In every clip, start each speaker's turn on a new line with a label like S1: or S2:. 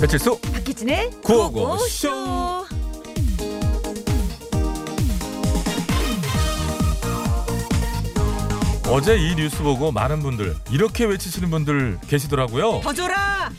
S1: 배칠수
S2: 박희진의
S1: 구호고쇼.
S2: 구호고쇼.
S1: 어제 이 뉴스 보고 많은 분들 이렇게 외치시는 분들 계시더라고요.
S2: 더 줘라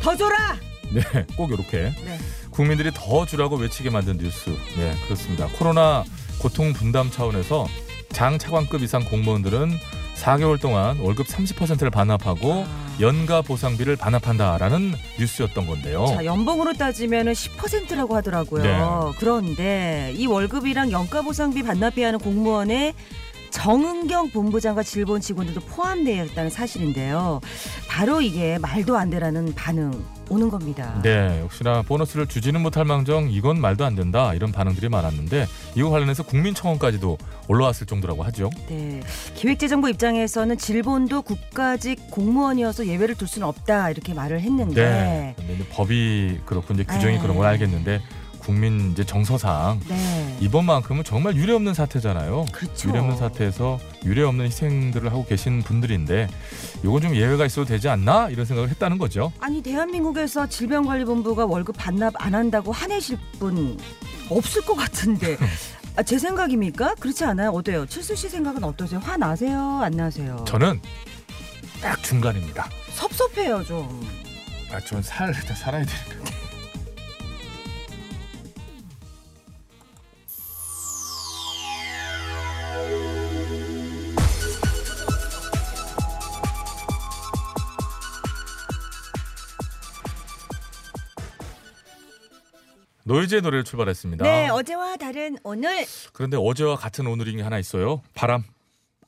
S2: 더 줘라
S1: 네, 꼭 이렇게
S2: 네.
S1: 국민들이 더 주라고 외치게 만든 뉴스. 네, 그렇습니다. 코로나 고통 분담 차원에서 장 차관급 이상 공무원들은 4개월 동안 월급 30%를 반납하고
S2: 아.
S1: 연가 보상비를 반납한다라는 뉴스였던 건데요.
S2: 자 연봉으로 따지면 10%라고 하더라고요
S1: 어. 네.
S2: 그런데 이 월급이랑 연가보상비 반납해야 하는 공무원의 정은경 본부장과 질본 직원들도 포함되어 있다는 사실인데요 바로 이게 말도 안 되라는 반응 오는 겁니다
S1: 네, 역시나 보너스를 주지는 못할 망정 이건 말도 안 된다 이런 반응들이 많았는데 이와 관련해서 국민청원까지도 올라왔을 정도라고 하죠.
S2: 네. 기획재정부 입장에서는 질본도 국가직 공무원이어서 예외를 둘 수는 없다 이렇게 말을 했는데
S1: 네. 근데 이제 법이 그렇고 이제 규정이
S2: 네.
S1: 그런 건 알겠는데 국민 이제 정서상
S2: 네.
S1: 이번만큼은 정말 유례 없는 사태잖아요.
S2: 그렇죠.
S1: 유례 없는 사태에서 유례 없는 희생들을 하고 계신 분들인데 요건 좀 예외가 있어도 되지 않나 이런 생각을 했다는 거죠.
S2: 아니 대한민국에서 질병관리본부가 월급 반납 안 한다고 화내실 분 없을 것 같은데 아, 제 생각입니까? 그렇지 않아요? 어때요? 칠수 씨 생각은 어떠세요? 화 나세요? 안 나세요?
S1: 저는 딱 중간입니다.
S2: 섭섭해요 좀.
S1: 아, 저는 살 일단 살아야 되니까. 노이즈의 노래를 출발했습니다.
S2: 네 어제와 다른 오늘
S1: 그런데 어제와 같은 오늘인 게 하나 있어요. 바람.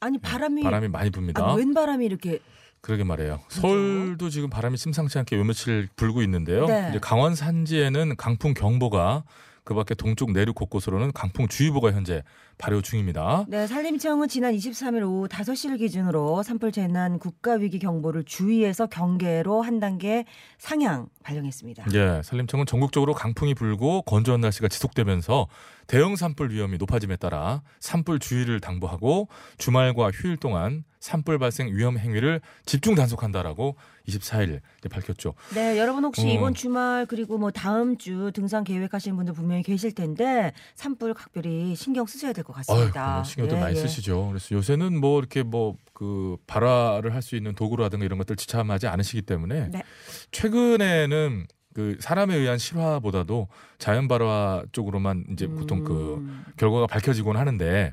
S2: 아니 바람이
S1: 바람이 많이 붑니다.
S2: 네. 아, 웬 바람이 이렇게
S1: 그러게 말이에요. 서울도 지금 바람이 심상치 않게 요 며칠 불고 있는데요.
S2: 네.
S1: 이제 강원 산지에는 강풍 경보가 그밖에 동쪽 내륙 곳곳으로는 강풍 주의보가 현재 발효 중입니다.
S2: 네, 산림청은 지난 23일 오후 5시를 기준으로 산불 재난 국가 위기 경보를 주의에서 경계로 한 단계 상향 발령했습니다.
S1: 예, 산림청은 전국적으로 강풍이 불고 건조한 날씨가 지속되면서 대형 산불 위험이 높아짐에 따라 산불 주의를 당부하고 주말과 휴일 동안 산불 발생 위험 행위를 집중 단속한다라고 24일 밝혔죠.
S2: 네, 여러분 혹시
S1: 어.
S2: 이번 주말 그리고 뭐 다음 주 등산 계획하시는 분들 분명히 계실 텐데 산불 각별히 신경 쓰셔야 될 것
S1: 아유,
S2: 같습니다.
S1: 그럼 신경도
S2: 예,
S1: 많이
S2: 예.
S1: 쓰시죠. 그래서 요새는 뭐 이렇게 뭐 그 발화를 할 수 있는 도구라든가 이런 것들 지참하지 않으시기 때문에
S2: 네.
S1: 최근에는 그 사람에 의한 실화보다도 자연 발화 쪽으로만 이제 보통 그
S2: 음,
S1: 결과가 밝혀지곤 하는데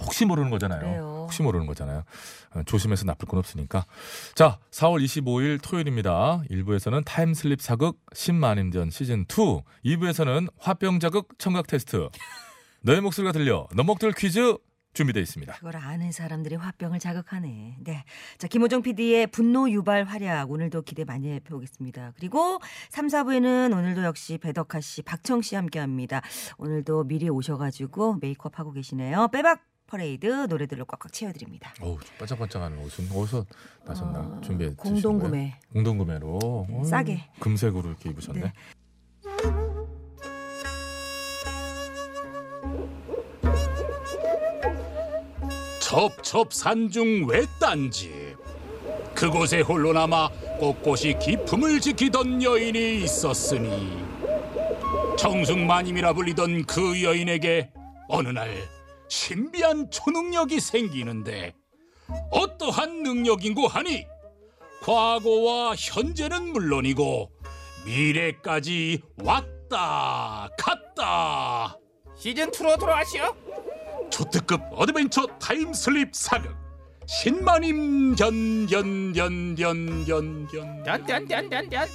S1: 혹시 모르는 거잖아요.
S2: 그래요.
S1: 혹시 모르는 거잖아요. 어, 조심해서 나쁠 건 없으니까. 자, 4월 25일 토요일입니다. 1부에서는 타임슬립 사극 신만임전 시즌 2, 2부에서는 화병 자극 청각 테스트. 너의 목소리가 들려. 너목들 퀴즈 준비되어 있습니다.
S2: 그걸 아는 사람들이 화병을 자극하네. 네. 자, 김호정 PD의 분노 유발 활약 오늘도 기대 많이 해 보겠습니다. 그리고 3, 4부에는 오늘도 역시 배덕하 씨, 박청 씨 함께 합니다. 오늘도 미리 오셔 가지고 메이크업 하고 계시네요. 빼박 퍼레이드 노래들로 꽉꽉 채워 드립니다.
S1: 어우, 반짝반짝하는 옷은 어디서 나셨나? 준비해 주신
S2: 아, 공동
S1: 거예요?
S2: 구매.
S1: 공동구매로 어우,
S2: 싸게.
S1: 금색으로 이렇게 입으셨네.
S2: 네.
S3: 첩첩산중 외딴집 그곳에 홀로 남아 꼿꼿이 기품을 지키던 여인이 있었으니 정승마님이라 불리던 그 여인에게 어느 날 신비한 초능력이 생기는데 어떠한 능력인고 하니 과거와 현재는 물론이고 미래까지 왔다 갔다
S4: 시즌 2로 돌아가시오.
S3: 초특급 어드벤처 타임슬립 사극 신마님 전전전전전전
S4: 짠짠짠짠짠.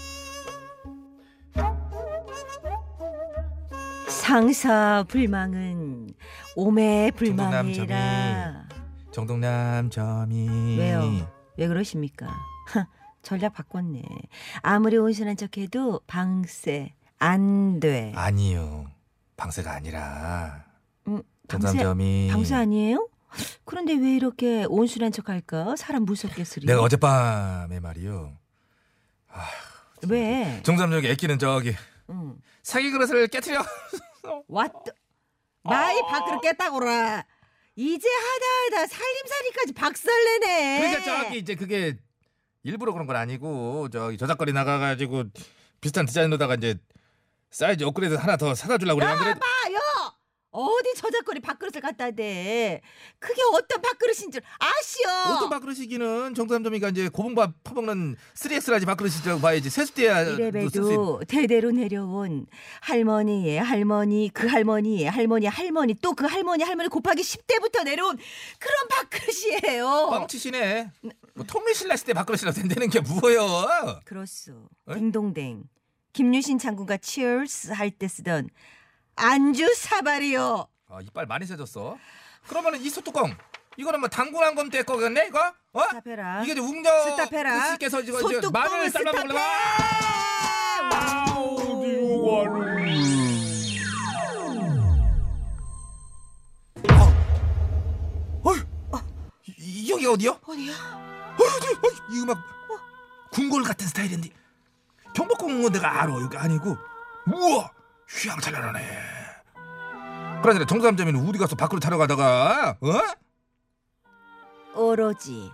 S2: 상사 불망은 오매 불망이라.
S4: 중구남점이. 정동남 점이
S2: 왜요? 왜 그러십니까? 하, 전략 바꿨네. 아무리 온순한 척해도 방세 안 돼.
S4: 아니요. 방세가 아니라
S2: 음, 방세
S4: 정동남점이
S2: 방세 아니에요? 그런데 왜 이렇게 온순한 척할까? 사람 무섭게 쓰리.
S4: 내가 어젯밤에 말이요.
S2: 왜?
S4: 정동남점이 애끼는 저기
S2: 응.
S4: 사기 그릇을 깨트려.
S2: 왔다.
S4: 어.
S2: 마이 밖으로 깨따고라. 이제 하다하다 살림살이까지 박살내네.
S1: 그러니까
S4: 그러니까 저기 이제 그게 일부러 그런 건 아니고 저기 저작거리 나가가지고 비슷한 디자인으로다가 이제 사이즈 업그레이드 하나 더 사다 주려고 그래. 안 그래도
S2: 아요 어디 저작거리 밥그릇을 갖다 대 그게 어떤 밥그릇인 줄 아시오
S4: 오토 밥그릇이기는 정도삼점이가 이제 고봉밥 퍼먹는 3X라지 밥그릇이라고 봐야지 세수대야 뭐
S2: 이래봬도 대대로 내려온 할머니의 할머니 그 할머니의 할머니 할머니 또 그 할머니 할머니 곱하기 10대부터 내려온 그런 밥그릇이에요.
S4: 뻥치시네. 뭐 통일신라 시대 밥그릇이라고 된다는 게 뭐예요?
S2: 그렇소.
S4: 에?
S2: 딩동댕. 김유신 장군과 치얼스 할 때 쓰던 안주 사발이요.
S4: 아, 이빨 많이 세졌어. 그러면은 이 소뚜껑 이거는 뭐 당분한 검때 거겠네 이거? 어?
S2: 스타페라.
S4: 이게 이제 웅녀
S2: 스타페라.
S4: 씨께서 지금 이제
S2: 소뚜껑을
S4: 마늘 삶아
S2: 스타페!
S4: 먹으려고. 아! 어? 이, 이 여기가 어디요?
S2: 어디야?
S4: 이 음악
S2: 어.
S4: 궁궐 같은 스타일인데 경복궁은 내가 알아 여기 아니고 우와 휘황찬란하네 그러니까 정삼점이는 우리 가서 밖으로 타러 가다가 어?
S2: 오로지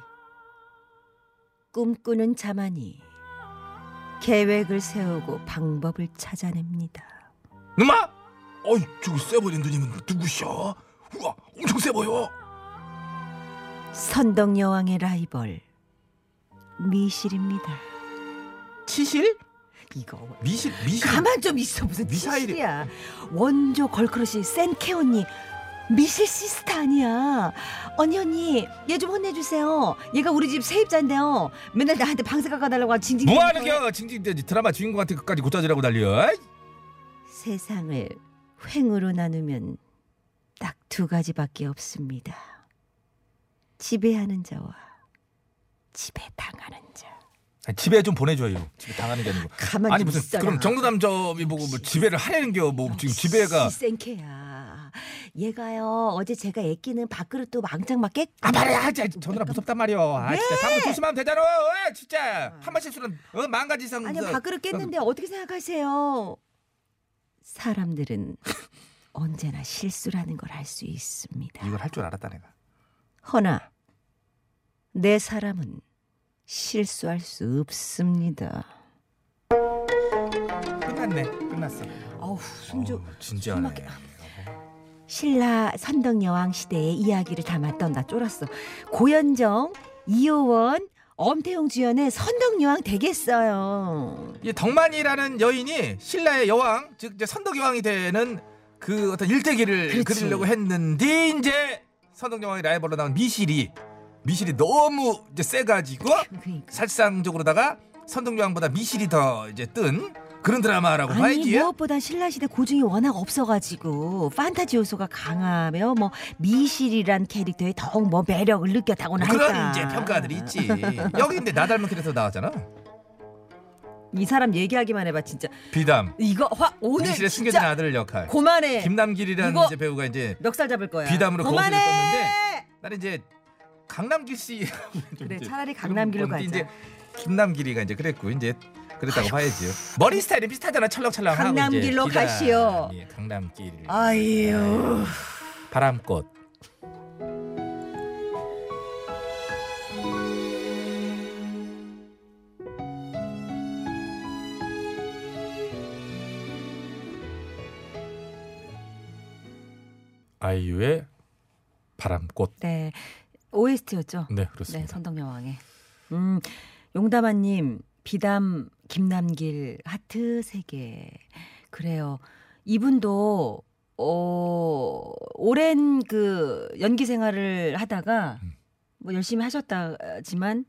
S2: 꿈꾸는 자만이 계획을 세우고 방법을 찾아냅니다.
S4: 누마? 어이 저기 세버린 누님은 누구셔? 우와 엄청 세보여
S2: 선덕 여왕의 라이벌 미실입니다.
S4: 치실?
S2: 이거
S4: 미실 미실
S2: 가만 좀 있어 무슨
S4: 미사일이-
S2: 미사일이야. 원조 걸크러시 센케 언니 미실 시스타 아니야. 언니 언니 얘 좀 혼내주세요. 얘가 우리 집 세입자인데요. 맨날 나한테 방세 깎아달라고 하고 징징.
S4: 뭐하는겨 징징 드라마 주인공한테 끝까지 고짜지라고 달려 에이?
S2: 세상을 횡으로 나누면 딱 두 가지밖에 없습니다. 지배하는 자와 지배당하는 자.
S4: 아니, 집에 좀 보내줘요 집에 당하는 게 아니고
S2: 가만
S4: 아니
S2: 좀
S4: 무슨
S2: 있어라.
S4: 그럼 정도남점이 보고 뭐 지배를 하려는겨 뭐
S2: 아,
S4: 지금 지배가
S2: 센케야. 얘가요 어제 제가 애끼는 밥그릇도 망장 그러니까. 맞게
S4: 아 말이야 아, 진짜 전우라 무섭단 말이야 아
S2: 네.
S4: 진짜 사람 조심하면 되잖아 아, 진짜 한 번 실수는 어, 망가지 이상
S2: 아니 밥그릇 깼는데 어떻게 생각하세요? 사람들은 언제나 실수라는 걸 알 수 있습니다.
S4: 이걸 할 줄 알았다 내가
S2: 허나 내 사람은 실수할 수 없습니다.
S4: 끝났네 끝났어
S2: 어우 숨좀
S4: 어우, 진지하네
S2: 숨막혀. 신라 선덕 여왕 시대의 이야기를 담았던 나 쫄았어. 고현정, 이효원, 엄태웅 주연의 선덕 여왕 되겠어요.
S4: 이 덕만이라는 여인이 신라의 여왕 즉 이제 선덕 여왕이 되는 그 어떤
S2: 그렇지.
S4: 일대기를 그리려고 했는데 이제 선덕 여왕의 라이벌로 나온 미실이 미실이 너무 이제 세가지고
S2: 그러니까.
S4: 살상적으로다가 선덕 여왕보다 미실이 더 이제 뜬 그런 드라마라고
S2: 아니 뭐,
S4: 봐야지
S2: 무엇보다 신라시대 고증이 워낙 없어가지고 판타지 요소가 강하며 뭐 미실이란 캐릭터에 더욱 뭐 매력을 느꼈다고나
S4: 그런
S2: 할까.
S4: 이제 평가들이 있지 여기 근데 나 닮은 캐릭터 나왔잖아
S2: 이 사람 얘기하기만 해봐 진짜
S4: 비담
S2: 이거 화 오늘
S4: 미실의 숨겨진
S2: 진짜
S4: 아들 역할
S2: 고만해
S4: 김남길이라는
S2: 이거-
S4: 이제 배우가 이제
S2: 멱살 잡을 거야
S4: 비담으로 거울을
S2: 고만해
S4: 떴는데 나는 이제 강남길 씨
S2: 그래 차라리 강남길로 가자
S4: 어, 이제 김남길이가 이제 그랬고 이제 그랬다고 봐야지요. 머리 스타일이 비슷하잖아. 철렁철렁하고
S2: 강남길로
S4: 이제 비단,
S2: 가시오.
S4: 예, 강남길.
S2: 아유
S4: 바람꽃.
S1: 아이유의 바람꽃.
S2: 네 OST였죠
S1: 네
S2: 네
S1: 그렇습니다.
S2: 선덕여왕의 음 용담아님 비담 김남길 하트 세개 그래요 이분도 어 오랜 그 연기 생활을 하다가
S1: 음.
S2: 뭐 열심히 하셨다지만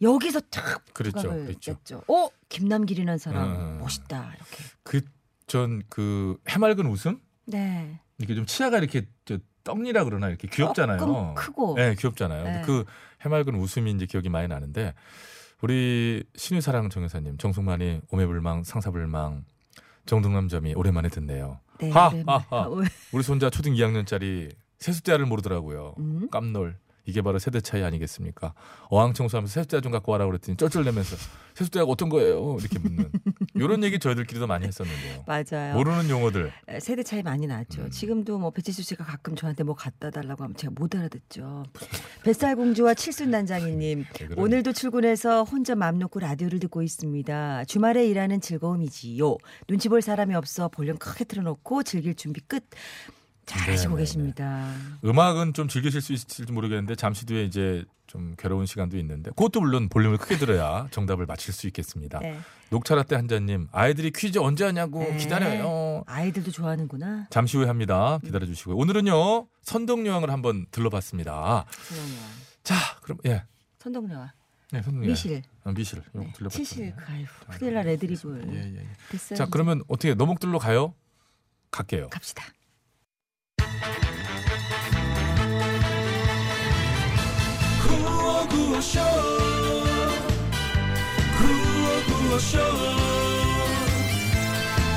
S2: 여기서 탁
S1: 그렇죠,
S2: 부각을
S1: 그렇죠.
S2: 냈죠. 어 김남길이라는 사람
S4: 어.
S1: 음.
S2: 멋있다 이렇게
S1: 전 그 해맑은 웃음
S2: 네
S1: 이게 좀 치아가 이렇게 저 떡니라 그러나 이렇게 귀엽잖아요.
S2: 조금 크고
S1: 네, 귀엽잖아요. 근데
S2: 네.
S1: 그 해맑은 웃음이 이제 기억이 많이 나는데 우리 신의사랑 정 여사님, 정승만이 오매불망, 상사불망, 정동남점이 오랜만에 듣네요.
S2: 네,
S1: 하,
S2: 오랜만-
S1: 하, 하. 우리 손자 초등 2학년짜리 세숫자를 모르더라고요.
S2: 음?
S1: 깜놀. 이게 바로 세대 차이 아니겠습니까? 어항청소하면서 세숫자 좀 갖고 와라 그랬더니 쩔쩔대면서 세숫자가 어떤 거예요? 이렇게 묻는 이런 얘기 저희들끼리도 많이 했었는데요.
S2: 맞아요.
S1: 모르는 용어들. 네,
S2: 에, 세대 차이 많이 나죠.
S1: 음.
S2: 지금도 뭐 배치수 씨가 가끔 저한테 뭐 갖다 달라고 하면 제가 못 알아듣죠. 뱃살 공주와 칠순 단장이님
S1: 왜 그런-
S2: 오늘도 출근해서 혼자 맘 놓고 라디오를 듣고 있습니다. 주말에 일하는 즐거움이지요. 눈치 볼 사람이 없어 볼륨 크게 틀어놓고 즐길 준비 끝. 잘하시고
S1: 네, 네,
S2: 계십니다.
S1: 음악은 좀 즐기실 수 있을지 모르겠는데 잠시 뒤에 이제 좀 괴로운 시간도 있는데 그것도 물론 볼륨을 크게 들어야 정답을 맞힐 수 있겠습니다.
S2: 네.
S1: 녹차라떼 한 잔님 아이들이 퀴즈 언제 하냐고
S2: 네.
S1: 기다려요.
S2: 아이들도 좋아하는구나.
S1: 잠시 후에 합니다. 기다려 주시고요. 오늘은요 선덕여왕을 한번 들러봤습니다.
S2: 선동녀.
S1: 자 그럼 예.
S2: 선동녀와
S1: 네, 선덕여왕.
S2: 미실.
S1: 아, 미실. 이거
S2: 네.
S1: 들려봤죠.
S2: 치실. 아유,
S1: 아,
S2: 큰일 날 애드리브.
S1: 예, 예, 예.
S2: 됐어요.
S1: 자 그러면 어떻게 너목들로 가요? 갈게요.
S2: 갑시다.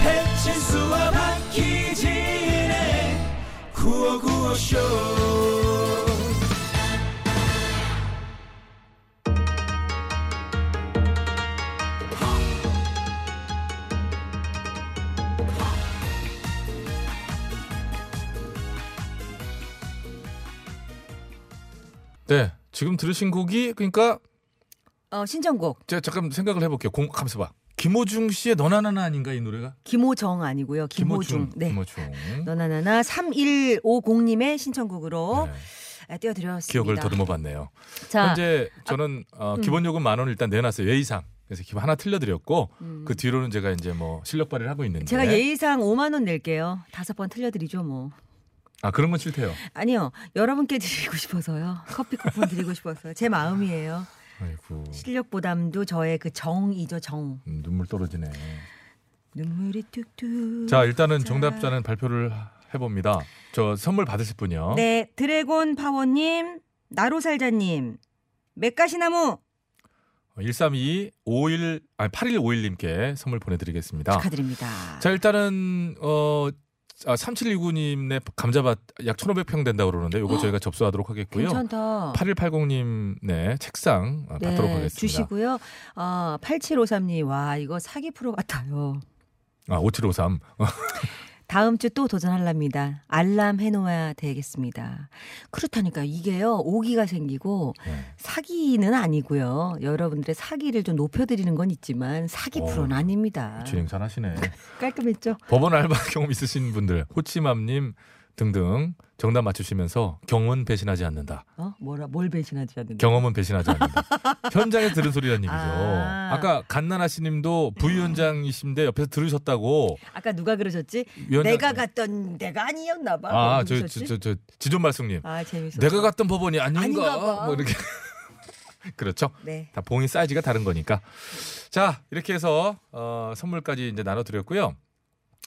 S5: 배칠수와 박희진의 구호구호쇼
S1: 네 지금 들으신 곡이 그러니까
S2: 어, 신청곡
S1: 제가 잠깐 생각을 해볼게요. 공 가면서 봐. 김호중 씨의 너나나나 아닌가 이 노래가?
S2: 김호정 아니고요. 김호중. 네.
S1: 김호중.
S2: 너나나나 3150님의 신청곡으로
S1: 네,
S2: 아, 띄워드렸습니다.
S1: 기억을 더듬어봤네요.
S2: 자, 음.
S1: 현재 저는 어, 기본 요금 만 원을 일단 내놨어요. 예의상. 그래서 기본 하나 틀려드렸고
S2: 음.
S1: 그 뒤로는 제가 이제 뭐 실력 발휘를 하고 있는데.
S2: 제가 예의상 5만 원 낼게요. 다섯 번 틀려드리죠 뭐.
S1: 아 그런 건 싫대요.
S2: 아니요, 여러분께 드리고 싶어서요. 커피 쿠폰 드리고 싶어서 요제 마음이에요.
S1: 아이고
S2: 실력 보담도 저의 그 정이죠 정.
S1: 음, 눈물 떨어지네.
S2: 눈물이 뚝뚝.
S1: 자 일단은 정답자는 발표를 해봅니다. 저 선물 받으실 분이요.
S2: 네, 드래곤 파워님, 나로살자님, 맥가시나무
S1: 1322 51 아니 8151님께 선물 보내드리겠습니다.
S2: 축하드립니다.
S1: 아. 자 일단은 어 아, 3729님의 감자밭 약 1,500평 된다고 그러는데 요거 저희가 접수하도록 하겠고요.
S2: 괜찮다.
S1: 8180님 네 책상 아,
S2: 어. 네,
S1: 받도록 하겠습니다.
S2: 주시고요. 아, 8753님, 와, 이거 사기 프로 같아요.
S1: 아 5753.
S2: 다음 주 또 도전하랍니다. 알람 해놓아야 되겠습니다. 그렇다니까 이게요, 오기가 생기고
S1: 네.
S2: 사기는 아니고요. 여러분들의 사기를 좀 높여드리는 건 있지만 사기
S1: 어,
S2: 프로는 아닙니다.
S1: 주행 잘하시네.
S2: 깔끔했죠?
S1: 법원 알바 경험 있으신 분들 호치맘님 등등 정답 맞추시면서 경은 배신하지 않는다.
S2: 어? 뭐라, 뭘 배신하지 않는다.
S1: 경험은 배신하지 않는다. 현장에서 들은 소리란 얘기죠.
S2: 아.
S1: 아. 까 갓나나 씨님도 부위원장이신데 옆에서 들으셨다고
S2: 아까 누가 그러셨지?
S1: 위원장-
S2: 내가 갔던 내가 아니었나 봐.
S1: 아,
S2: 뭐
S1: 저,
S2: 그러셨지?
S1: 저, 저, 저, 지존 말숙님.
S2: 아, 재밌어.
S1: 내가 갔던 법원이 아닌가?
S2: 아닌가 봐.
S1: 뭐 이렇게. 그렇죠.
S2: 네.
S1: 다 봉이 사이즈가 다른 거니까. 자, 이렇게 해서 어, 선물까지 이제 나눠 드렸고요.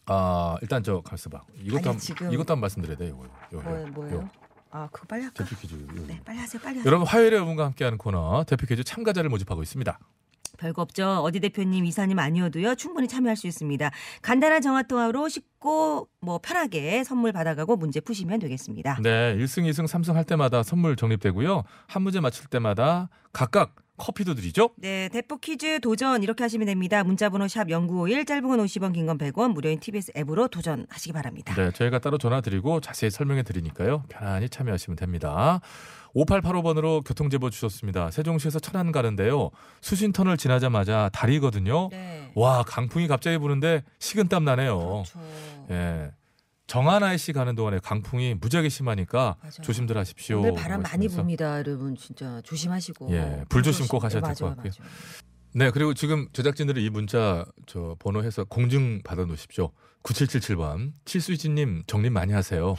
S1: 아, 일단 저 가만있어 봐.
S2: 아니,
S1: 이것도 한,
S2: 지금-
S1: 이것도 한 말씀드려야 어, 네. 돼요. 이거. 이거,
S2: 뭐,
S1: 이거.
S2: 뭐예요? 아, 그거 빨리 할까?
S1: 대표 퀴즈. 이거.
S2: 네, 빨리 하세요, 빨리 하세요.
S1: 여러분 화요일에 여러분과 함께하는 코너 대표 퀴즈 참가자를 모집하고 있습니다.
S2: 별거 없죠. 어디 대표님, 이사님 아니어도요. 충분히 참여할 수 있습니다. 간단한 전화 통화로 쉽고 뭐 편하게 선물 받아가고 문제 푸시면 되겠습니다.
S1: 네, 1승, 2승, 3승 할 때마다 선물 적립되고요. 한 문제 맞출 때마다 각각 커피도 드리죠.
S2: 네, 대포 퀴즈 도전 이렇게 하시면 됩니다. 문자번호 샵 #0951 짧은 건 50원, 긴 건 100원 무료인 TBS 앱으로 도전하시기 바랍니다.
S1: 네, 저희가 따로 전화 드리고 자세히 설명해 드리니까요. 편안히 참여하시면 됩니다. 5885번으로 교통제보 주셨습니다. 세종시에서 천안 가는데요. 수신터널 지나자마자 다리거든요.
S2: 네,
S1: 와, 강풍이 갑자기 부는데 식은땀 나네요.
S2: 그렇죠.
S1: 예. 정하나의 씨 가는 동안에 강풍이 무지하게 심하니까
S2: 맞아요.
S1: 조심들 하십시오.
S2: 오늘 바람 많이
S1: 그러시면서.
S2: 붑니다, 여러분. 진짜 조심하시고.
S1: 예, 불조심 꼭 하셔야
S2: 맞아요,
S1: 될것 같고요.
S2: 맞아요.
S1: 네, 그리고 지금 제작진들이 이 문자 저 번호 해서 공증 받아 놓으십시오. 9777번. 칠수진 님 정리 많이 하세요.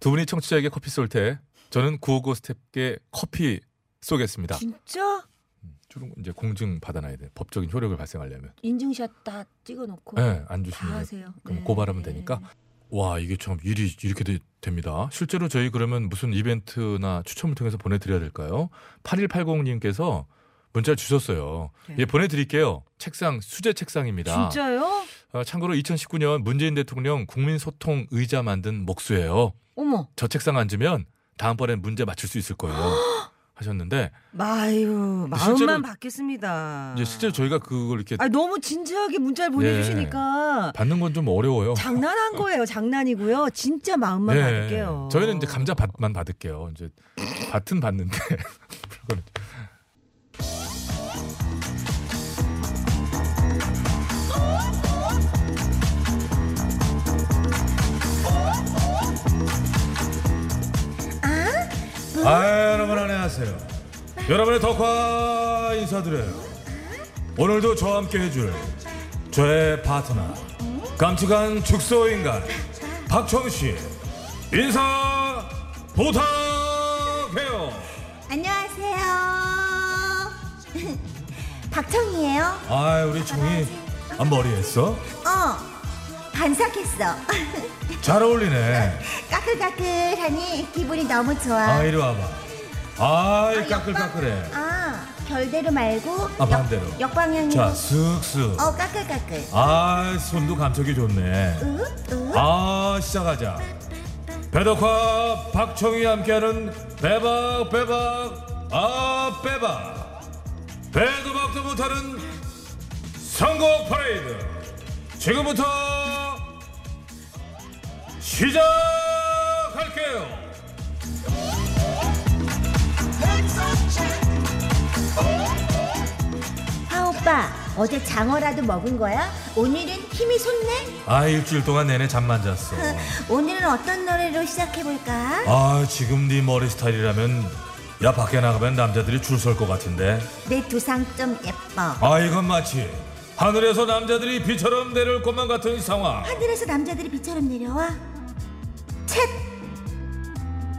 S1: 두 분이 청취자에게 커피 쏠 때 저는 959 스텝께 커피 쏘겠습니다. 음,
S2: 진짜
S1: 주로 이제 공증 받아 놔야 돼. 요 법적인 효력을 발생하려면.
S2: 인증샷 다 찍어놓고
S1: 예, 안
S2: 다
S1: 주시면
S2: 하세요.
S1: 그럼
S2: 네.
S1: 고발하면 되니까. 와, 이게 참 일이 이렇게 되- 됩니다. 실제로 저희 그러면 무슨 이벤트나 추첨을 통해서 보내 드려야 될까요? 8180 님께서 문자를 주셨어요.
S2: 네.
S1: 예, 보내 드릴게요. 책상 수제 책상입니다.
S2: 진짜요?
S1: 어, 참고로 2019년 문재인 대통령 국민소통 의자 만든 목수예요.
S2: 어머.
S1: 저 책상 앉으면 다음번엔 문제 맞출 수 있을 거예요. 하셨는데
S2: 마유 마음만
S1: 실제로-
S2: 바뀌었습니다.
S1: 이제 실제로 예. 저희가 그걸 이렇게
S2: 아 너무 진지하게 문자를 보내주시니까
S1: 받는 건 좀 어려워요.
S2: 장난한 거예요. 장난이고요. 진짜 마음만
S1: 예,
S2: 받을게요.
S1: 저희는 이제 감자밭만 받을게요. 이제 밭은 받는데 그거는 아, 여러분 안녕하세요. 여러분의 덕화 인사드려요. 오늘도 저와 함께 해줄 저의 파트너 깜찍한 축소인간 박청씨 인사 부탁해요.
S6: 안녕하세요. 박청이에요.
S1: 아 우리 청이 아, 머리 했어?
S6: 어, 반삭했어.
S1: 잘 어울리네.
S6: 까끌까끌하니 기분이 너무 좋아.
S1: 아 이리 와봐. 아이 까끌까끌해.
S6: 아, 결대로 말고
S1: 아, 반대로.
S6: 역, 역방향으로.
S1: 자 쓱쓱.
S6: 어, 까끌까끌.
S1: 아 손도 감촉이 좋네.
S6: 으, 으.
S1: 아 시작하자 배덕화 박청이 함께하는 배박 배박 아 배박 배도 박도 못하는 선곡 파레이드 지금부터 시작할게요
S6: 하 오빠, 어제 장어라도 먹은 거야? 오늘은 힘이 솟네?
S1: 아 일주일 동안 내내 잠만 잤어
S6: 오늘은 어떤 노래로 시작해볼까?
S1: 아 지금 네 머리 스타일이라면 야 밖에 나가면 남자들이 줄 설 것 같은데
S6: 내 두상 좀 예뻐.
S1: 아 이건 마치 하늘에서 남자들이 비처럼 내려올 것만 같은 상황
S6: 하늘에서 남자들이 비처럼 내려와? 챗!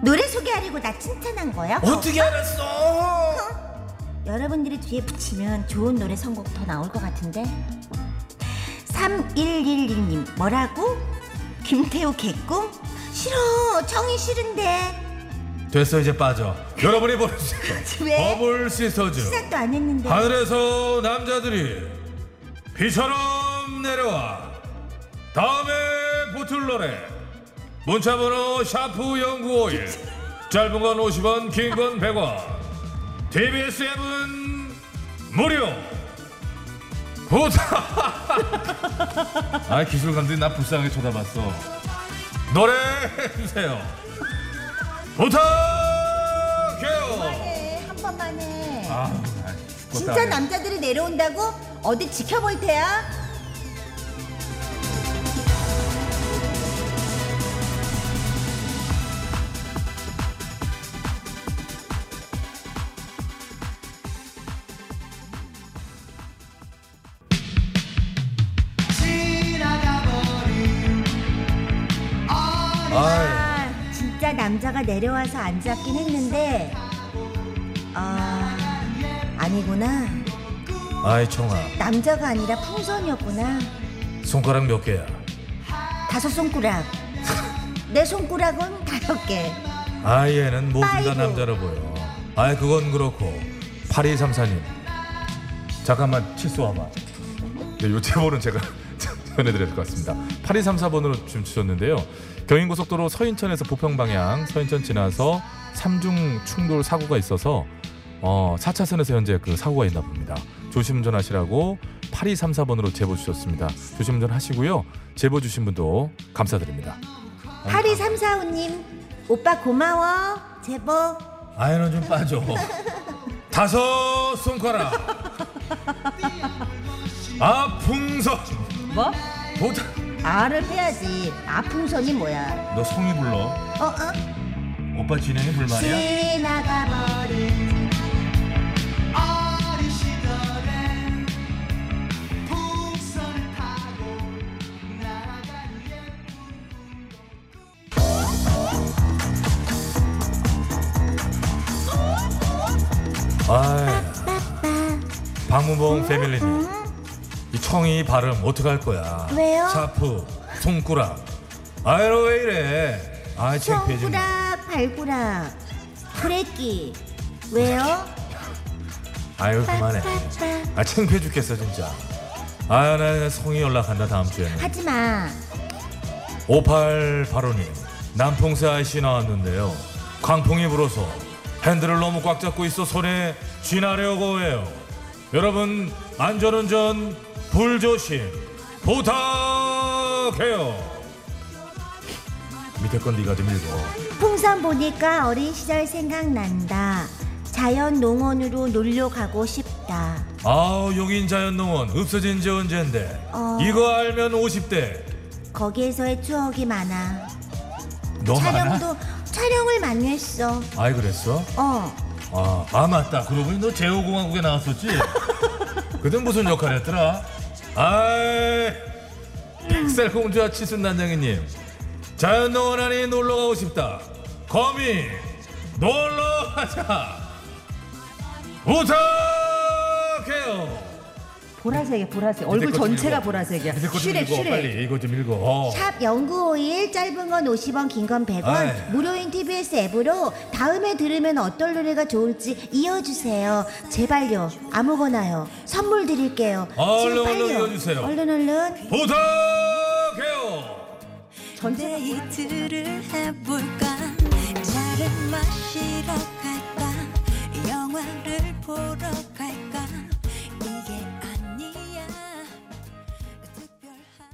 S6: 노래 소개하려고 나 칭찬한 거야?
S1: 어떻게 알았어?
S6: 여러분들이 뒤에 붙이면 좋은 노래 선곡 더 나올 것 같은데 3111님 뭐라고? 김태우 개꿈? 싫어 정이 싫은데
S1: 됐어 이제 빠져 여러분이 보내주세요
S6: 왜?
S1: 버블 시스터즈
S6: 시작도 안 했는데
S1: 하늘에서 남자들이 비처럼 내려와 다음에 붙을 노래 문자번호 샤프 0951 짧은 건 50원 긴 건 100원 TBS 앱은 무료 부탁 아 기술감들이 나 불쌍하게 쳐다봤어 노래 해주세요 부탁해요
S6: 네, 한 번만 해
S1: 아, 죽겠다.
S6: 진짜 남자들이 내려온다고? 어디 지켜볼 테야?
S1: 아이.
S6: 아, 진짜 남자가 내려와서 앉았긴 했는데 아 아니구나
S1: 아이 청아
S6: 남자가 아니라 풍선이었구나
S1: 손가락 몇 개야?
S6: 다섯 손가락. 내 손가락은 다섯 개.
S1: 아 얘는 모든 다
S6: 아이고.
S1: 남자로 보여 아이 그건 그렇고 8234님 잠깐만 취소와봐 네, 요 제보는 제가 전해드릴 것 같습니다 8234번으로 지금 주셨는데요 경인고속도로 서인천에서 부평 방향 서인천 지나서 삼중 충돌 사고가 있어서 어, 4차선에서 현재 그 사고가 있나 봅니다 조심 운전하시라고 8234번으로 제보 주셨습니다 조심 운전하시고요 제보 주신 분도 감사드립니다
S6: 82345님, 오빠 고마워. 제보.
S1: 아이는 좀 빠져. 다섯 손가락. 아 풍선.
S2: 뭐?
S1: 보다.
S6: 아를 빼야지. 아풍선이 뭐야?
S1: 너 성이 불러.
S6: 어, 어.
S1: 오빠 진행이 불만이야? 아,
S6: 지나가버린.
S1: 아. 박문봉 패밀리님. 이 청이 발음 어떻게 할 거야?
S6: 왜요?
S1: 샤프 손가락. 아이로 왜 이래? 아이 창피해 죽네.
S6: 손가락, 발가락, 브레끼. 왜요?
S1: 아유 그만해.
S6: 빠빠빠.
S1: 아 창피해 죽겠어 진짜. 아나 성이 연락한다 다음 주에는.
S6: 하지 마.
S1: 5885님 남풍사 아이씨 나왔는데요 강풍이 불어서 핸들을 너무 꽉 잡고 있어 손에 쥐나려고 해요. 여러분 안전운전 불조심 부탁해요. 밑에 건 네가 좀 읽어.
S6: 풍선 보니까 어린 시절 생각난다. 자연 농원으로 놀러 가고 싶다.
S1: 아 용인 자연농원 없어진 지 언젠데
S6: 어.
S1: 이거 알면 50대
S6: 거기에서의 추억이 많아.
S1: 너 많아?
S6: 촬영도 촬영을 많이 했어.
S1: 아이 그랬어?
S6: 어.
S1: 아, 아 맞다. 그러고 보니 너 제호공화국에 나왔었지? 그땐 무슨 역할 했더라? 아이 셀공주와 치순 난장이님 자연농원 안에 놀러가고 싶다. 거미 놀러가자. 부탁해요.
S2: 보라색이야 보라색 얼굴
S1: 이제 거
S2: 전체가
S1: 들고.
S2: 보라색이야
S1: 이제 거좀
S2: 슈렉
S1: 읽어
S2: 슈렉
S1: 빨리 이거 좀 읽어.
S6: 샵 0951 짧은 건 50원 긴 건 100원
S1: 아이.
S6: 무료인 TBS 앱으로 다음에 들으면 어떤 노래가 좋을지 이어주세요 제발요 아무거나요 선물 드릴게요
S1: 아,
S6: 지금
S1: 얼른, 얼른
S6: 빨리요.
S1: 이어주세요.
S6: 얼른 얼른
S1: 부탁해요.
S2: 전체가
S7: 데이트를 해볼까 차를 마시러 갈까 영화를 보러 갈까 이게 아니야 특별한
S1: 아이.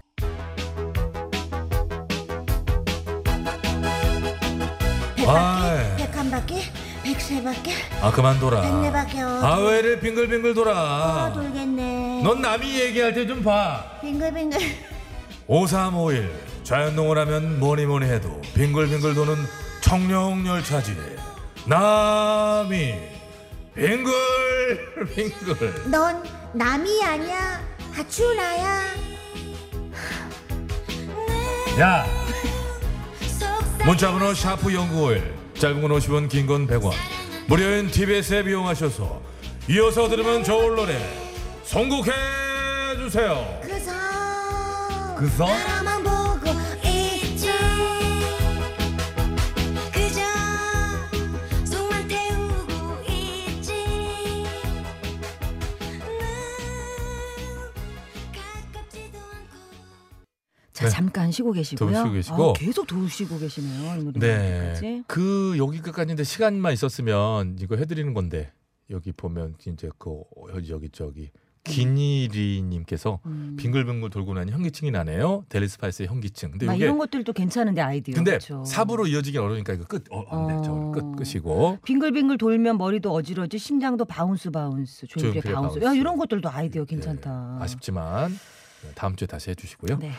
S6: 100바퀴 101바퀴 103바퀴
S1: 아 그만 돌아.
S6: 백내밖에 없-
S1: 아외를 빙글빙글 돌아.
S6: 아 돌겠네
S1: 넌 남이 얘기할 때 좀 봐.
S6: 빙글빙글
S1: 5351 자연농을 하면 뭐니 뭐니 해도 빙글빙글 도는 청룡열차지. 남이 빙글빙글.
S6: 넌 남이 아니야 하추나야
S1: 야
S7: 속삭
S1: 문자번호 샤프 0951 짧은 건 50원 긴 건 100원 무료인 TBS 앱 이용하셔서 이어서 들으면 좋을 노래 선곡해 주세요.
S6: 그저
S1: 그저?
S6: 바라만 보고 있지
S7: 그저 속만 태우고 있지 난 가깝지도 않고
S2: 자 잠깐 쉬고 계시고요
S1: 네. 더 쉬고 계시고.
S2: 아, 계속 더 쉬고 계시네요 이 노래
S1: 네.
S2: 나오기까지.
S1: 그 여기까지인데 시간만 있었으면 이거 해드리는 건데 여기 보면 이제 그 여기 저기 기니리님께서
S2: 음.
S1: 빙글빙글 돌고 나니 현기증이 나네요. 델리 스파이스의 현기증. 근데
S2: 막
S1: 이게
S2: 이런 것들도 괜찮은데 아이디어
S1: 근데
S2: 그쵸?
S1: 사부로 이어지기 어려우니까 이거 끝. 어, 안 돼.
S2: 어.
S1: 저 끝. 끝이고.
S2: 빙글빙글 돌면 머리도 어지러지 심장도 바운스 바운스 조용필의
S1: 조용필의
S2: 바운스. 야
S1: 바운스.
S2: 이런 것들도 아이디어
S1: 네,
S2: 괜찮다.
S1: 아쉽지만 다음 주에 다시 해주시고요.
S2: 네.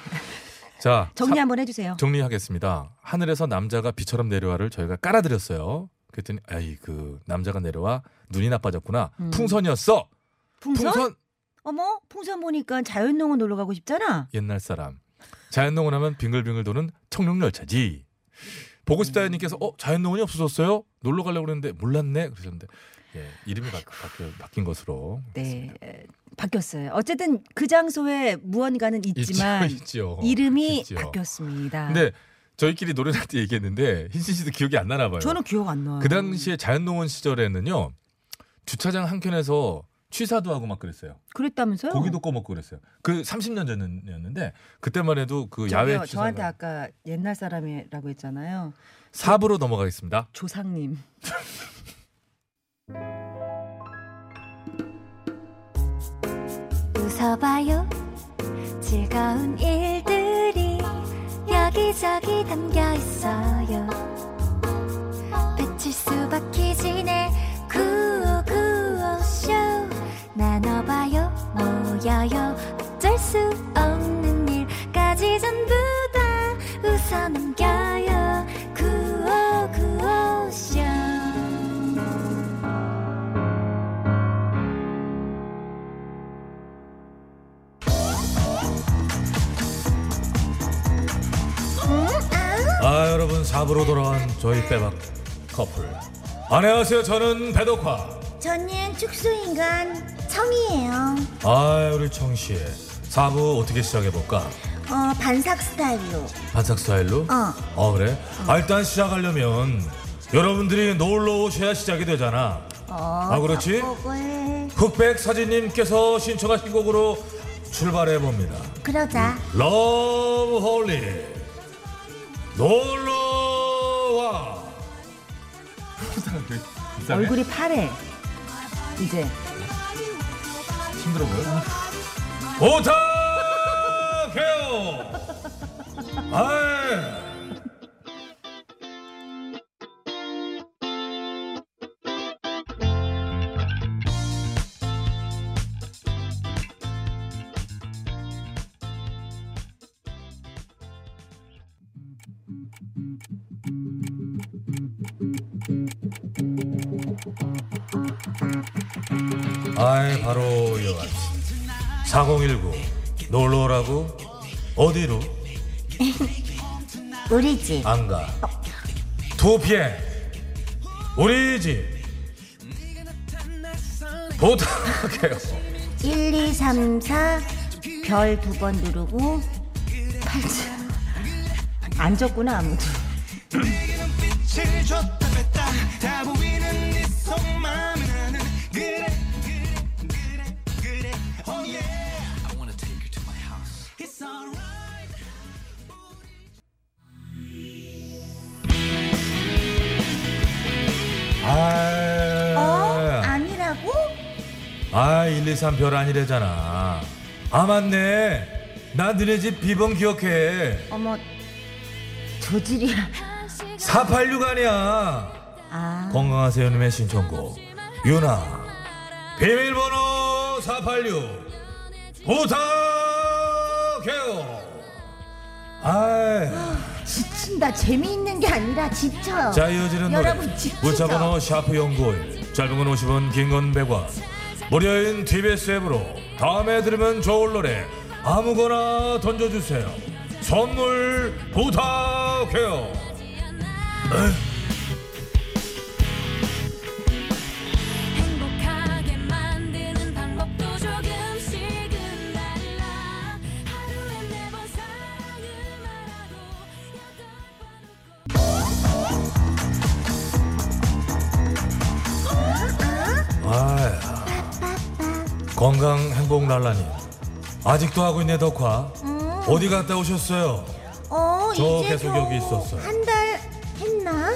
S1: 자
S2: 정리 한번 해주세요.
S1: 정리하겠습니다. 하늘에서 남자가 비처럼 내려와를 저희가 깔아드렸어요. 그랬더니 에이 그 남자가 내려와 눈이 나빠졌구나.
S2: 음.
S1: 풍선이었어.
S2: 풍선?
S1: 풍선
S2: 어머 풍선 보니까 자연농원 놀러 가고 싶잖아.
S1: 옛날 사람. 자연농원 하면 빙글빙글 도는 청룡열차지. 보고 싶다님께서 어 자연농원이 없어졌어요? 놀러 가려고 그랬는데 몰랐네 그러셨는데 예, 이름이 바, 바뀌, 바뀐 것으로
S2: 네 에, 바뀌었어요. 어쨌든 그 장소에 무언가는 있지만
S1: 있죠, 있죠.
S2: 이름이
S1: 있죠.
S2: 바뀌었습니다.
S1: 근데 저희끼리 노래를 할 때 얘기했는데 흰신 씨도 기억이 안 나나 봐요.
S2: 저는 기억 안 나요.
S1: 그 당시에 자연농원 시절에는요 주차장 한 켠에서 취사도 하고 막 그랬어요.
S2: 그랬다면서요?
S1: 고기도 꺼먹고 그랬어요. 그 30년 전이었는데 그때만 해도 그
S2: 저기요,
S1: 야외 취사
S2: 저한테 아까 옛날 사람이라고 했잖아요.
S1: 사부로 넘어가겠습니다.
S2: 조상님.
S7: 웃어봐요 즐거운 일들이 여기저기 담겨 있어요 배칠수 박히진의 구호구호쇼 나눠봐요 모여요 어쩔 수 없는 일까지 전부 다 웃어넘겨요 구호구호쇼
S1: 아 여러분 사부로 돌아온 저희 빼박 커플. 안녕하세요. 저는 배덕화.
S6: 저는 축소인간 청이에요
S1: 아 우리 청씨 사부 어떻게 시작해 볼까?
S6: 어 반삭 스타일로
S1: 반삭 스타일로?
S6: 어.
S1: 어 그래? 아 일단 시작하려면 여러분들이 놀러 오셔야 시작이 되잖아. 아 그렇지?
S6: 곡을
S1: 흑백 사진님께서 신청하신 곡으로 출발해 봅니다.
S6: 그러자
S1: 러브 홀리 놀러 와 비싸네.
S2: 얼굴이 파래. 이제
S1: 힘들어 보여. 오타케요. 아. 아이 바로 이어가지 4019 놀러 오라고 어디로
S6: 우리 집
S1: 안가 도피해 우리 집 부탁해요
S6: 1, 2, 3, 4 별 두 번 누르고
S2: 안 졌구나 아무도.
S1: 아,
S6: 아니라고?
S1: 아 1, 2, 3 별 아니래잖아 아 맞네 나 너네 집 비번 기억해
S6: 어머 저질이야
S1: 486 아니야
S6: 아
S1: 건강하세요 님의 신청곡 유나 비밀번호 486 부탁해요 아이
S6: 지친다 재미있는 게 아니라 지쳐요
S1: 자 이어지는 노래 뭐
S6: 여러분 지치죠?
S1: 문자번호 샤프 연구일 짧은 건 50원 긴 건 100원 무료인 TBS 앱으로 다음에 들으면 좋을 노래 아무거나 던져주세요 선물 부탁해요
S7: 행복하게 만드는 방법도 조금씩은 달라 하루에 네 번 사랑을 말하고 여덟 번 웃고
S1: 아이 건강 행복 날라니 아직도 하고 있네 덕화 어디 갔다 오셨어요
S6: 어,
S1: 저
S6: 이제
S1: 계속 여기 있었어요.
S6: 한 달 했나?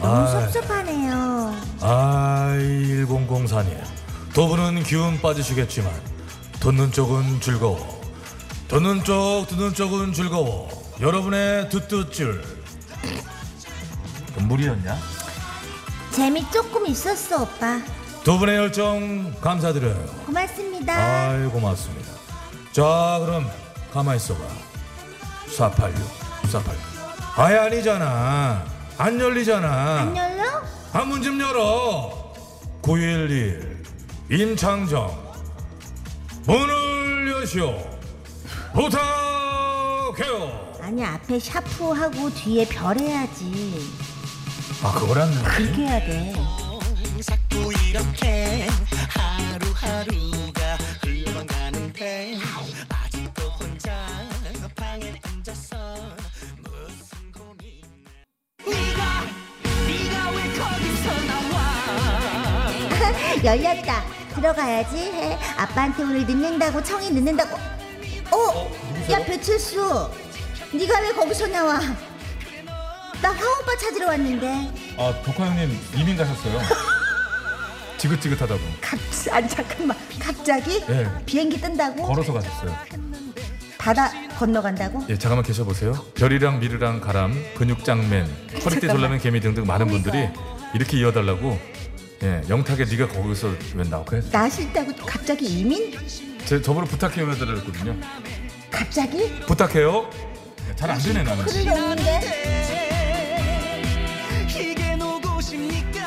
S6: 너무
S1: 아이.
S6: 섭섭하네요
S1: 아이 1004님 두 분은 기운 빠지시겠지만 듣는 쪽은 즐거워 듣는 쪽 듣는 쪽은 즐거워 여러분의 듣듣줄 그 물이었냐?
S6: 재미 조금 있었어 오빠
S1: 두 분의 열정 감사드려요
S6: 고맙습니다
S1: 아이 고맙습니다. 자 그럼 가만 있어봐. 486, 486. 아예 아니잖아. 안 열리잖아.
S6: 안 열려?
S1: 한문 좀 열어. 911 임창정 문을 여시오. 부탁해요.
S6: 아니 앞에 샤프하고 뒤에 별 해야지
S1: 아 그걸 안 돼.
S6: 그렇게 해야 돼
S8: 자꾸 이렇게 하루하루가 흘러만 가는데 아직도 혼자 방에 앉아서 무슨 고민 네가 네가 왜 거기서 나와
S6: 열렸다 들어가야지 해 아빠한테 오늘 늦는다고 청이 늦는다고 어? 야 배칠수 네가 왜 거기서 나와 나 화오빠 찾으러 왔는데
S1: 아 덕화 형님 이민 가셨어요. 지긋지긋하다고
S6: 갑자기 아니 잠깐만 갑자기
S1: 예.
S6: 비행기 뜬다고
S1: 걸어서 가셨어요.
S6: 바다 건너간다고
S1: 예, 잠깐만 계셔보세요. 별이랑 미르랑 가람, 근육장맨, 허리띠 졸라맨 개미 등등 많은 분들이 이렇게 이어달라고 예, 영탁에 네가 거기서 웬 나오게 했어.
S6: 나 싫다고 갑자기 이민
S1: 제 저번에 부탁해요 해달라 했거든요.
S6: 갑자기
S1: 부탁해요. 예, 잘 안 되네 나는.
S6: 그를 넣는데
S8: 이게 누구십니까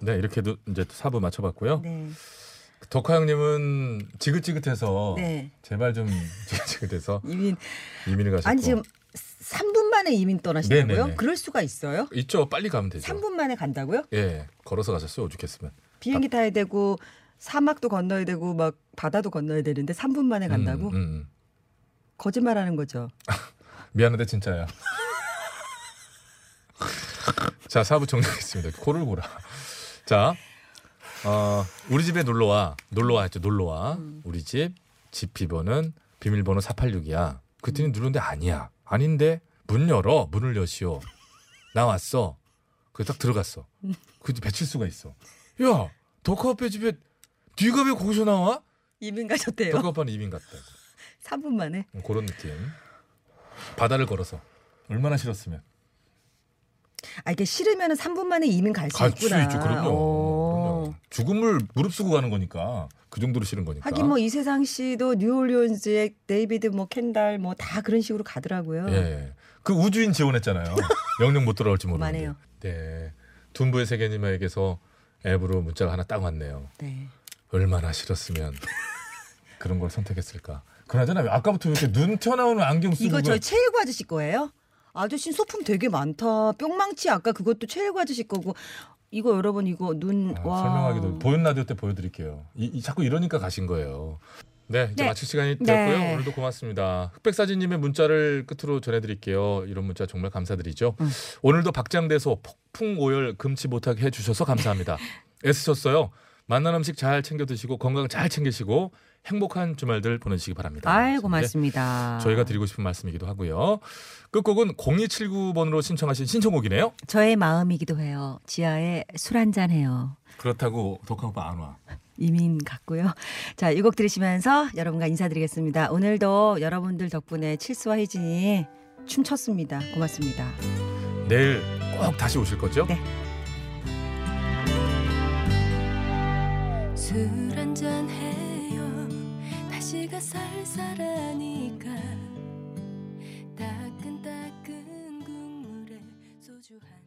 S1: 네, 이렇게도 이제 사부 맞춰봤고요.
S2: 네.
S1: 덕화 형님은 지긋지긋해서
S2: 네.
S1: 제발 좀 지긋지긋해서
S2: 이민
S1: 이민을 가셨고.
S2: 아니 지금 3분 만에 이민 떠나시다고요?
S1: 네네네.
S2: 그럴 수가 있어요?
S1: 있죠. 빨리 가면 되죠.
S2: 3분 만에 간다고요?
S1: 예, 걸어서 가셨어요. 오죽했으면.
S2: 비행기 타야 되고 사막도 건너야 되고 막 바다도 건너야 되는데 3분 만에 간다고?
S1: 음, 음.
S2: 거짓말하는 거죠.
S1: 미안한데 진짜야. 자, 사부 정리하겠습니다. 코를 골아. 자, 어, 우리 집에 놀러 와. 놀러 와 했죠. 놀러 와. 우리 집. 집 비번은 비밀번호 486이야. 그랬더니 누르는데 아니야. 아닌데 문 열어. 문을 여시오. 나왔어. 그래서 딱 들어갔어. 그 배칠수가 있어. 야, 덕화오빠 집에 네가 왜 거기서 나와?
S2: 이민 가셨대요.
S1: 덕화오빠는 이민 갔다고.
S2: 3분 만에.
S1: 음, 그런 느낌. 바다를 걸어서 얼마나 싫었으면
S2: 아 이게 싫으면 3분 만에 이민 갈 수
S1: 갈 수
S2: 있구나. 어.
S1: 있죠. 그럼요.
S2: 오.
S1: 그럼요. 죽음을 무릅쓰고 가는 거니까 그 정도로 싫은 거니까.
S2: 하긴 뭐 이세상 씨도 뉴올리언즈의 데이비드 뭐 kendall 뭐 다 그런 식으로 가더라고요.
S1: 예. 그 우주인 지원했잖아요. 영영 못 돌아올지 모르는데.
S2: 그만해요.
S1: 네. 둔부의 세계님에게서 앱으로 문자가 하나 딱 왔네요.
S2: 네.
S1: 얼마나 싫었으면 그런 걸 선택했을까. 그나저나 왜 아까부터 왜 이렇게 눈 튀어나오는 안경 쓰고
S2: 이거
S1: 그-
S2: 저희 최일구 아저씨 거예요? 아저씨 소품 되게 많다. 뿅망치 아까 그것도 최일구 아저씨 거고 이거 여러분 이거 눈
S1: 아,
S2: 와.
S1: 설명하기도 보는 라디오 때 보여드릴게요. 이, 이 자꾸 이러니까 가신 거예요. 네, 이제
S2: 네.
S1: 마칠 시간이 됐고요.
S2: 네.
S1: 오늘도 고맙습니다. 흑백사진님의 문자를 끝으로 전해드릴게요. 이런 문자 정말 감사드리죠.
S2: 음.
S1: 오늘도 박장대소 폭풍 오열 금치 못하게 해주셔서 감사합니다. 애쓰셨어요. 만난 음식 잘 챙겨 드시고 건강 잘 챙기시고 행복한 주말들 보내시기 바랍니다.
S2: 아이
S1: 네.
S2: 고맙습니다.
S1: 저희가 드리고 싶은 말씀이기도 하고요. 끝곡은 0279번으로 신청하신 신청곡이네요.
S2: 저의 마음이기도 해요. 지하에 술 한잔 해요.
S1: 그렇다고 독학오빠 안 와.
S2: 이민 같고요. 자, 이 곡 들으시면서 여러분과 인사드리겠습니다. 오늘도 여러분들 덕분에 칠수와 혜진이 춤췄습니다. 고맙습니다.
S1: 내일 꼭 다시 오실 거죠?
S2: 네.
S7: 술 한잔 해요 다시가 쌀쌀하니까 따끈따끈 국물에 소주 한